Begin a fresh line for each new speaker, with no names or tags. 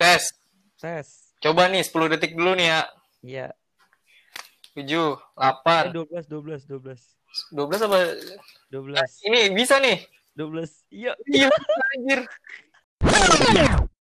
Tes.
Tes.
Coba nih 10 detik dulu nih ya.
Iya.
7,
Eh,
8,
12 12 12.
12 apa?
12.
Ini bisa nih.
12. Iya.
Iya, anjir.